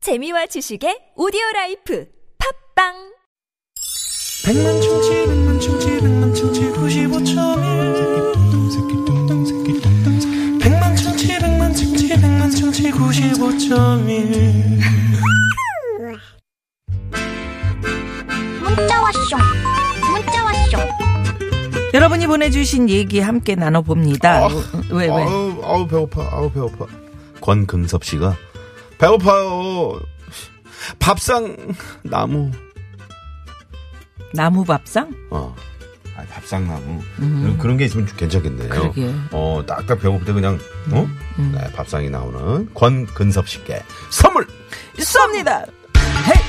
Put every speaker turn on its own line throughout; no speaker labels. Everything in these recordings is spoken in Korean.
재미와 지식의 오디오 라이프 팝빵
백만 충치 백만 충치 백만 충치 95.1 백만 충치 백만 충치 백만 충치 95.1
문자 왔쇼 문자 왔쇼
여러분이 보내주신 얘기 함께 나눠봅니다. 왜, 왜?
아, 아우, 아우 배고파. 아우 배고파. 권금섭 씨가 배고파요. 밥상 나무.
나무밥상?
어. 아, 밥상 나무. 음, 그런 게 있으면 좀 괜찮겠네요.
음. 그러게. 음.
어, 딱딱 배고플 때 그냥 어? 네, 밥상이 나오는 권근섭 씨께 선물.
쏩니다! 헤이!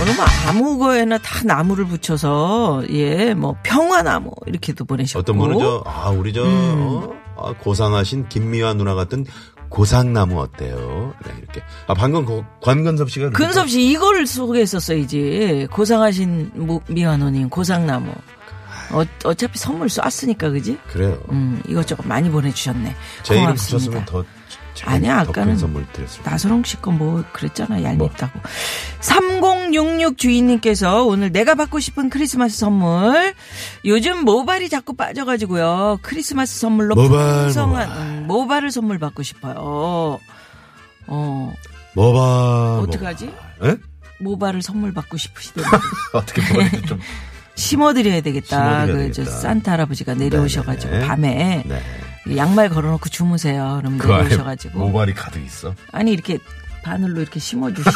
오늘 뭐 아무 거에나 다 나무를 붙여서, 예, 뭐 평화나무, 이렇게도 보내셨고. 음.
어떤 분은 저 아, 우리 저 어? 아, 고상하신 김미화 누나 같은 고상나무 어때요? 네, 이렇게. 아, 방금 그 권근섭 씨가
근섭 씨 이거를 소개했었어야지. 고상하신 무- 미완호님, 고상나무. 어, 어차피 선물 쐈으니까, 그지?
그래요.
음, 이것저것 많이 보내주셨네.
제 이름
고맙습니다.
붙였으면 더 제가
아니야,
더
아까는
큰 선물 드렸을 텐데.
나선홍 씨 거 뭐 그랬잖아 얄밉다고 3066 주인님께서 오늘 내가 받고 싶은 크리스마스 선물 요즘 모발이 자꾸 빠져가지고요 크리스마스 선물로
모발,
풍성한
모발.
음, 모발을 선물 받고 싶어요 어
뭐봐.
어떡하지?
뭐 예?
모발을 선물 받고 싶으시대
어떻게 보내지 좀.
심어드려야 되겠다
심어드려야
그저
되겠다.
산타 할아버지가 내려오셔가지고
네네네.
밤에
네.
양말 걸어놓고 주무세요 그럼
그 안에
내려오셔가지고
모발이 가득 있어.
아니 이렇게 바늘로 이렇게 심어주시지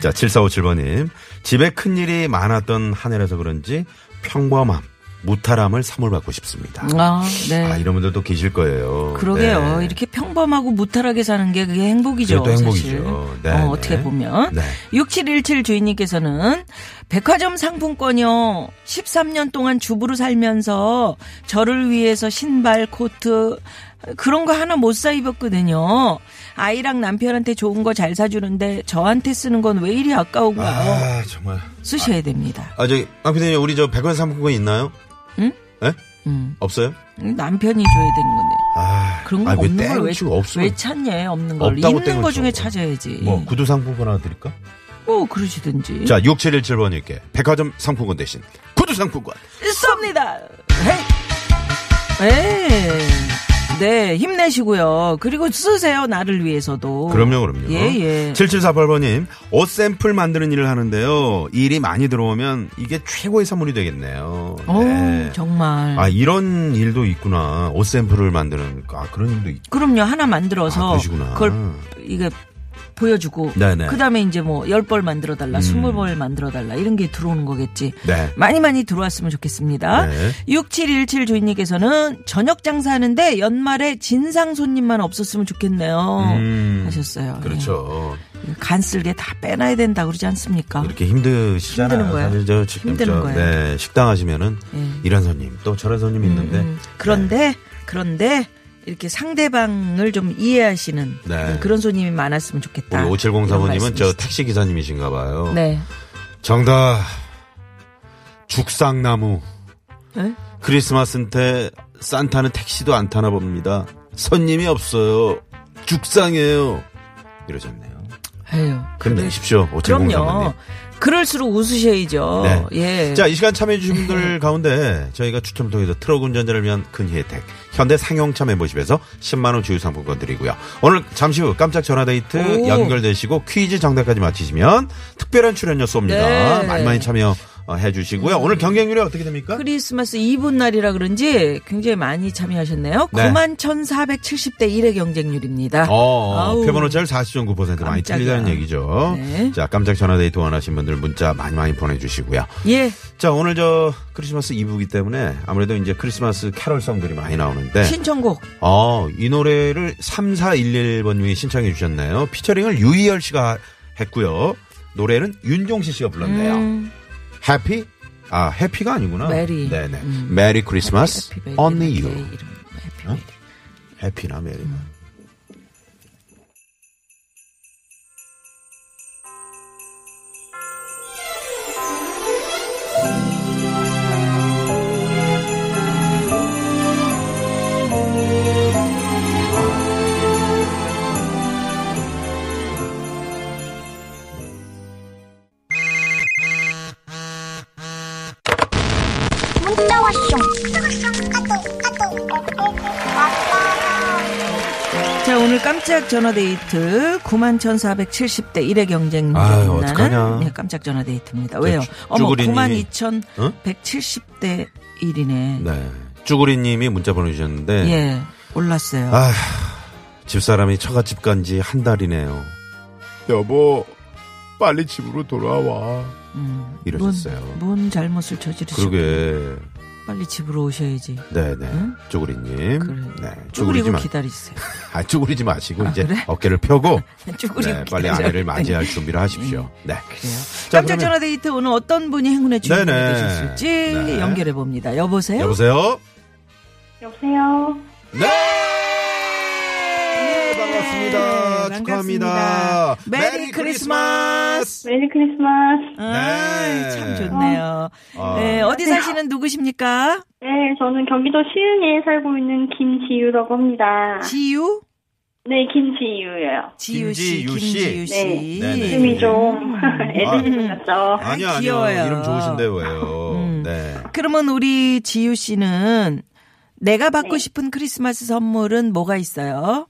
자, 7457번님. 집에 큰 일이 많았던 한 해라서 그런지 평범함, 무탈함을 선물받고 싶습니다.
아, 네.
아, 이런 분들도 계실 거예요.
그러게요.
네.
이게 평범하고 무탈하게 사는 게 그게 행복이죠.
그게 또
사실.
행복이죠. 네,
어,
네.
어떻게 보면.
네.
6717 주인님께서는 백화점 상품권이요. 13년 동안 주부로 살면서 저를 위해서 신발, 코트, 그런 거 하나 못 사 입었거든요. 아이랑 남편한테 좋은 거 잘 사주는데 저한테 쓰는 건 왜 이리 아까운가요?
아, 정말.
쓰셔야 됩니다.
아, 저기, 강피디님, 우리 저 백원 상품권 있나요?
응?
예?
음.
없어요?
남편이 줘야 되는 건데.
아,
그런 거
아,
없는
왜
걸 왜,
땡치고 없으면.
왜 음. 찾냐, 없는 걸.
없다고
있는 거
땡을
중에
쳐.
찾아야지.
뭐, 구두 상품권 하나 드릴까?
뭐 그러시든지.
자, 6717번님께 백화점 상품권 대신 구두 상품권.
쏩니다. 헤이. 에이. 네, 힘내시고요. 그리고 쓰세요, 나를 위해서도.
그럼요, 어? 그럼요.
예, 예.
7748번님, 옷 샘플 만드는 일을 하는데요. 일이 많이 들어오면 이게 최고의 선물이 되겠네요.
오,
네.
정말.
아, 이런 일도 있구나. 옷 샘플을 만드는, 아, 그런 일도 있
그럼요, 하나 만들어서.
아, 그러시구나.
그걸, 이게, 보여주고.
네네. 음.
그 다음에 이제 뭐, 열 벌 만들어달라, 스물 벌 만들어달라, 이런 게 들어오는 거겠지.
네.
많이 많이 들어왔으면 좋겠습니다.
네.
6717 주인님께서는 저녁 장사하는데 연말에 진상 손님만 없었으면 좋겠네요.
음.
하셨어요.
그렇죠.
예. 간쓸게 다 빼놔야 된다 그러지 않습니까?
이렇게 힘드시잖아요.
힘드는 거예요.
사실 저 지금
힘드는
저,
거예요.
네, 식당 하시면은
예.
이런 손님 또 저런 손님 있는데
음,
네.
그런데 그런데 이렇게 상대방을 좀 이해하시는 음,
네.
그런 손님이 많았으면 좋겠다.
우리
이런
5704번님은 저
아, 말씀이시죠.
택시 기사님이신가 봐요.
네.
정답. 죽상나무.
에?
크리스마스 때 산타는 택시도 안 타나 봅니다. 손님이 없어요. 죽상해요. 이러셨네요.
에휴.
그럼 내십시오. 5704번님.
그럼요. 그럴수록 웃으셔야죠.
네.
예.
자, 이 시간 참여해주신 분들 가운데 저희가 추첨을 통해서 트럭 운전자를 위한 큰 혜택, 현대 상용차 멤버십에서 10만원 주유 상품권 드리고요. 오늘 잠시 후 깜짝 전화데이트
오.
연결되시고 퀴즈 정답까지 맞히시면 특별한 출연료 쏩니다.
네. 음.
많이 많이 참여해 주시고요. 오늘 경쟁률이 어떻게 됩니까?
크리스마스 이브 날이라 그런지 굉장히 많이 참여하셨네요.
네.
91,470대 1의 경쟁률입니다.
어,
아우.
표본오차율 40.9% 많이
깜짝이야.
틀리다는 얘기죠.
네.
자, 깜짝 전화데이트 원하신 분들 문자 많이 많이 보내주시고요.
예.
자, 오늘 저 크리스마스 이브기 때문에 아무래도 이제 크리스마스 캐럴성들이 많이 나오는데.
신청곡.
어, 이 노래를 3411번님이 신청해 주셨네요. 피처링을 유희열 씨가 했고요. 노래는 윤종신 씨가 불렀네요.
음.
해피? 아, 해피가 아니구나.
메리.
네네.
음.
메리 크리스마스.
해피 베리,
Only
해피
you. 어?
베리 이름, 해피 베리.
해피나 메리나.
음. 오늘 깜짝 전화데이트 91,470대 1의 경쟁률.
아유, 어떡하냐.
네, 깜짝 전화데이트입니다. 왜요?
쭈-
어머,
쭈구리님이-
92,170대 1이네.
네. 쭈구리님이 문자 보내주셨는데
예, 올랐어요.
네. 아 집사람이 처갓집 간 지 한 달이네요.
여보, 빨리 집으로 돌아와.
음,
이러셨어요.
뭔, 뭔 잘못을 저지르셨고
그러게
빨리 집으로 오셔야지.
네네 쭈구리님
그래.
네 쭈구리지
쭈그리고
마
기다리세요.
아, 쭈구리지 마시고 이제 어깨를 펴고
쭈그리고
네, 빨리
기다려.
아내를 맞이할 준비를 하십시오. 네.
그래요.
자,
깜짝
그러면-
전화 데이트 오늘 어떤 분이 행운의 주인공이
네네.
되셨을지
네.
연결해 봅니다. 여보세요?
여보세요.
여보세요.
네. 반갑습니다. 축하합니다.
네, 반갑습니다. 메리 크리스마스.
메리 크리스마스.
아이, 참
네.
좋네요.
아.
네, 어디 사시는 누구십니까?
네, 저는 경기도 시흥에 살고 있는 김지유라고 합니다.
지유?
네, 김지유예요.
지유 씨,
김지유 씨.
김지유 씨.
네. 네네.
이름이 좀 애들 같죠.
아니요,
음. 아,
아니요.
귀여워요.
이름 좋으신데요, 왜요?
음.
네.
그러면 우리 지유 씨는 내가 받고
네.
싶은 크리스마스 선물은 뭐가 있어요?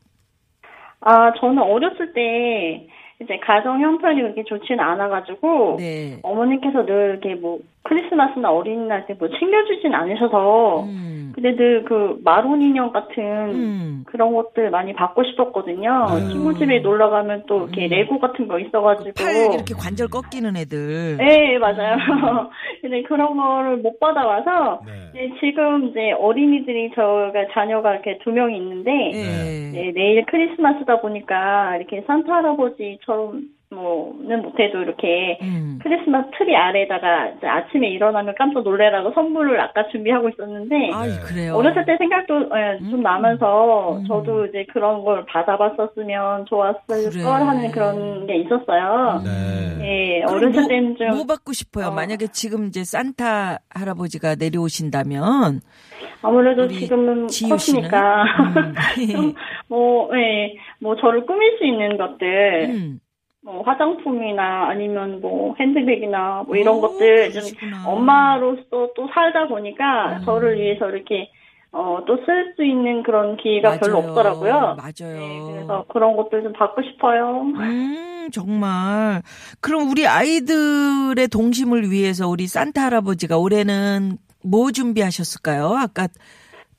아, 저는 어렸을 때 이제 가정 형편이 그렇게 좋지는 않아가지고
네.
어머니께서 늘 이렇게 뭐 크리스마스나 어린이날 때 뭐 챙겨주진 않으셔서
음.
근데 늘 그 마론 인형 같은
음.
그런 것들 많이 받고 싶었거든요.
아유.
친구 집에 놀러 가면 또 이렇게
음.
레고 같은 거 있어가지고
팔 이렇게 관절 꺾이는 애들.
네, 맞아요. 근데 그런 거를 못 받아와서,
네.
이제 지금 이제 어린이들이 저가 자녀가 이렇게 두 명이 있는데,
네.
이제 내일 크리스마스다 보니까 이렇게 산타 할아버지처럼 뭐는 못해도 이렇게
음.
크리스마스 트리 아래다가 이제 아침에 일어나면 깜짝 놀래라고 선물을 아까 준비하고 있었는데,
아이
네.
그래요.
네. 어렸을 때 생각도 예,
음.
좀 나면서
음.
저도 이제 그런 걸 받아봤었으면 좋았을
그래.
걸 하는 그런 게 있었어요.
네.
예,
그럼
어렸을
뭐-
때는 좀
뭐 받고 싶어요?
어.
만약에 지금 이제 산타 할아버지가 내려오신다면
아무래도
우리
지금은
지유
컸으니까
씨는? 음.
뭐, 예, 뭐 저를 꾸밀 수 있는 것들,
음.
뭐 화장품이나 아니면 뭐 핸드백이나 뭐 이런
오,
것들 좀
그러시구나. 음.
엄마로서 또 살다 보니까 저를 위해서 이렇게 어, 또 쓸 수 있는 그런 기회가 별로
맞아요.
없더라고요.
맞아요.
네, 그래서 그런 것들 좀 받고 싶어요.
음, 정말. 그럼 우리 아이들의 동심을 위해서 우리 산타 할아버지가 올해는 뭐 준비하셨을까요? 아까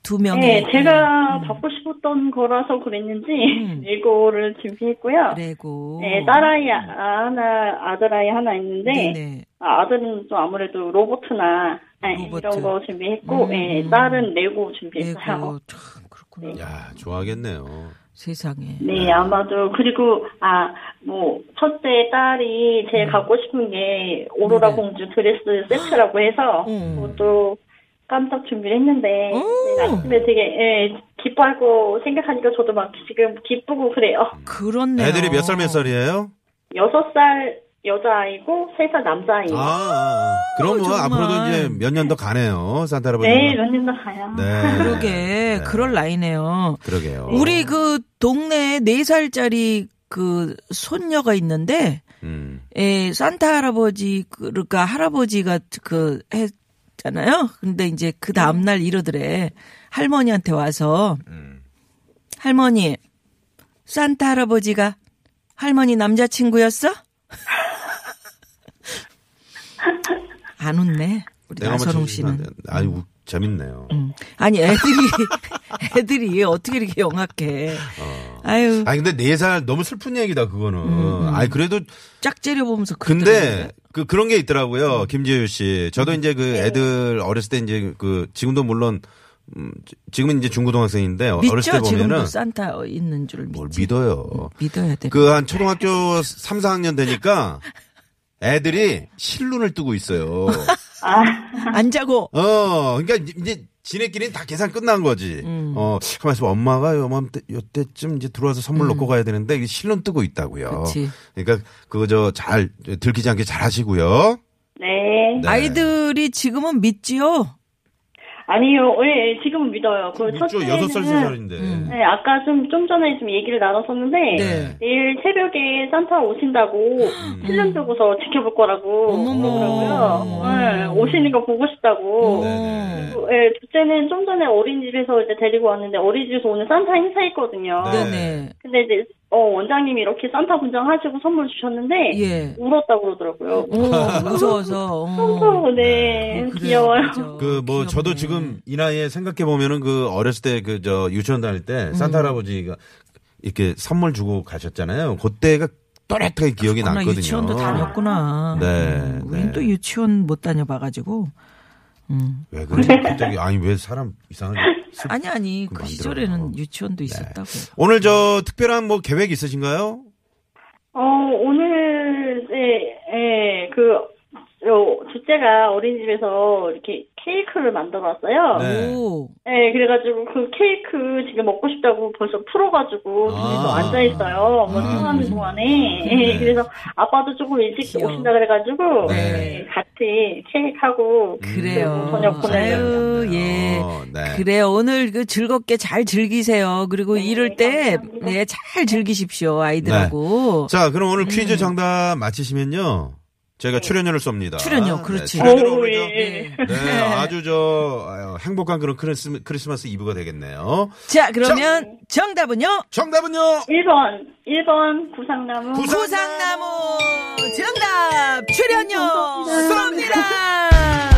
두 명의
네, 제가 받고 싶었던 거라서 그랬는지
음.
이거를 준비했고요.
그래고
네, 딸아이 하나, 아들아이 하나 있는데
네네.
아, 아들은 좀 아무래도 로봇이나 예,
로봇.
이런 거 준비했고,
음.
예, 딸은 레고 네. 준비했어요.
아이고, 참 그렇구나.
야, 좋아하겠네요.
세상에.
네, 아마도 그리고 아, 뭐 첫째 딸이 제일 갖고 싶은 게 오로라
음. 네.
공주 드레스 세트라고 해서
음.
그것도 깜짝 준비를 했는데
오.
네, 아침에 되게 예, 기뻐하고 생각하니까 저도 막 지금 기쁘고 그래요.
그렇네요.
애들이 몇 살 몇 살이에요?
여섯 살 여자아이고 세 살 남자아이.
아, 아, 그럼 뭐
어, 정말.
앞으로도 이제 몇 년 더 가네요. 산타 할아버지.
네, 몇 년 더 가요.
네.
그러게
네. 어.
그럴 나이네요.
그러게요.
우리 그 동네에 네 살짜리 그 손녀가 있는데
음.
에 예, 산타 할아버지 그러니까 할아버지가 그 했잖아요. 근데 이제 그 다음 날 이러더래 할머니한테 와서 할머니 산타 할아버지가 할머니 남자친구였어? 안 웃네. 우리
내가 한번
나선홍
쳐주시면
씨는.
안
음.
돼요? 아니, 우- 재밌네요.
아니 애들이 애들이 어떻게 이렇게 영악해.
어.
아유
아니 근데 네 살 너무 슬픈 얘기다
음,
그거는. 아니 그래도
쫙 째려보면서
근데 그 그런 게
음.
있더라고요. 김재유 씨. 저도 이제 그 애들 어렸을 때 이제 그 지금도 물론 음, 지- 지금은 이제 중고등학생인데
그러더라고요.
어렸을 때
믿죠
보면은
지금도 산타 있는 줄 믿지. 음. 네.
뭘 믿어요.
믿어야 돼.
그 한 초등학교 3, 4학년 되니까 애들이 실눈을 뜨고 있어요.
안 자고
어, 그러니까 이제 지네끼리는 다 계산 끝난 거지.
음.
어, 가만 있어 엄마가 요맘때 요때쯤 이제 들어와서 선물 놓고 가야 되는데 이게 실눈 뜨고 있다고요.
음. 그치.
러니까 그거 저 잘 들키지 않게 잘 하시고요.
네.
네.
아이들이 지금은 믿지요.
아니요, 예, 예, 지금 믿어요. 그
육조 여섯 살, 세
첫째는
살인데.
음.
네, 아까 좀, 좀 전에 좀 얘기를 나눴었는데,
네.
내일 새벽에 산타 오신다고, 필름 두고서 지켜볼 거라고.
음. 어머머. 음.
그러고요. 네,
어머.
오시는 거 보고 싶다고.
네네.
그, 예, 둘째는 좀 전에 어린이집에서 이제 데리고 왔는데, 어린이집에서 오늘 산타 행사했거든요.
네.
네네.
근데 이제, 어, 원장님이 이렇게 산타 분장 하시고 선물 주셨는데,
예.
울었다고 그러더라고요.
오, 무서워서. 어.
어, 네,
아, 그래요,
귀여워요.
그죠. 음.
그 뭐 저도
귀엽네.
지금 이 나이에 생각해 보면은 그 어렸을 때 그 저 유치원 다닐
음.
때 산타 할아버지가 이렇게 선물 주고 가셨잖아요. 그때가 또렷하게 기억이
그러니까 그렇구나,
났거든요.
유치원도 다녔구나.
네,
음, 우린
네.
또 유치원 못 다녀봐가지고.
왜 그래? 갑자기 아니 왜 사람 이상하게 슬-
아니 아니 그
만들어요.
시절에는 유치원도 있었다고.
오늘 저 특별한 뭐 계획 있으신가요?
어, 오늘, 예, 예, 그, 요, 둘째가 어린이집에서 이렇게 케이크를 만들어 왔어요.
네.
오,
예, 그래가지고 그 케이크 지금 먹고 싶다고 벌써 풀어가지고, 둘이서
아.
앉아있어요. 뭐,
아,
통하는
그러시구나.
동안에. 예, 그래서 아빠도 조금 일찍
귀여워.
오신다 그래가지고,
네. 음.
예, 같이 케이크하고,
그래요.
저녁 보내려고.
아유 예.
어, 네.
그래요. 오늘 그 즐겁게 잘 즐기세요. 그리고
네,
이럴 때,
감사합니다.
예, 잘 즐기십시오. 아이들하고.
자, 그럼 오늘
음.
퀴즈 정답 맞히시면요. 저희가 출연료를 쏩니다.
출연료,
네,
그렇지.
출연료를
오,
올리죠.
예, 예.
네, 아주 저 아유, 행복한 그런 크리스마, 크리스마스 이브가 되겠네요.
자, 그러면 정답은요?
정답은요.
1번, 1번 구상나무.
구상-
구상나무 정답 출연료 쏩니다.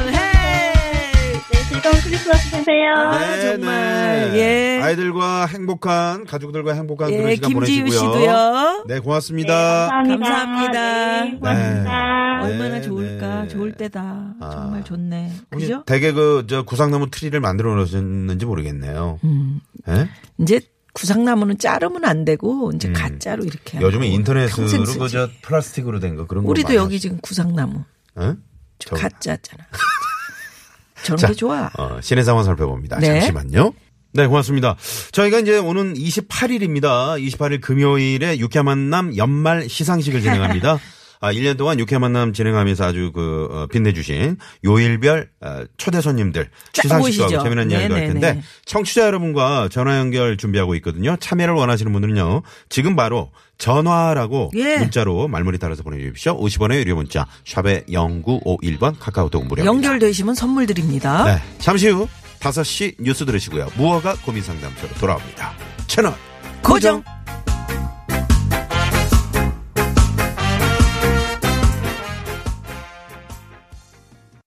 헤이.
네, 즐거운 크리스마스 되세요.
아, 정말. 예.
네, 아이들과 행복한 가족들과 행복한 그런
예,
시간
김지우
보내시고요.
씨도요.
네, 고맙습니다.
감사합니다.
네, 고맙습니다.
네.
얼마나 좋을까? 좋을 때다.
아.
정말 좋네.
혹시
그죠?
되게 그 저 구상나무 트리를 만들어 놓으셨는지 모르겠네요.
음.
예?
이제 구상나무는 자르면 안 되고 이제 가짜로 이렇게. 하고
음. 요즘에 인터넷으로
뭐 평생 쓰지.
그저 플라스틱으로 된 거 그런 거
우리도
많이
여기 지금 구상나무
하시- 예? 저-
가짜잖아. 저런
자,
게 좋아.
어, 시내 상황 살펴봅니다.
네.
잠시만요. 네, 고맙습니다. 저희가 이제 오는 28일입니다. 28일 금요일에 육회 만남 연말 시상식을 진행합니다. 아, 1년 동안 육회 만남 진행하면서 아주 그, 어, 빛내주신 요일별 어, 초대 손님들
쫙
시상식도 하고
모시죠.
재미난 이야기도 할
네네네.
텐데 청취자 여러분과 전화 연결 준비하고 있거든요. 참여를 원하시는 분은요. 지금 바로 전화라고
예.
문자로 말머리 따라서 보내주십시오. 50원의 유료 문자 샵에 0951번 카카오톡 무료입니다.
연결되시면 선물 드립니다.
네, 잠시 후 5시 뉴스 들으시고요. 무허가 고민 상담소로 돌아옵니다. 채널
고정.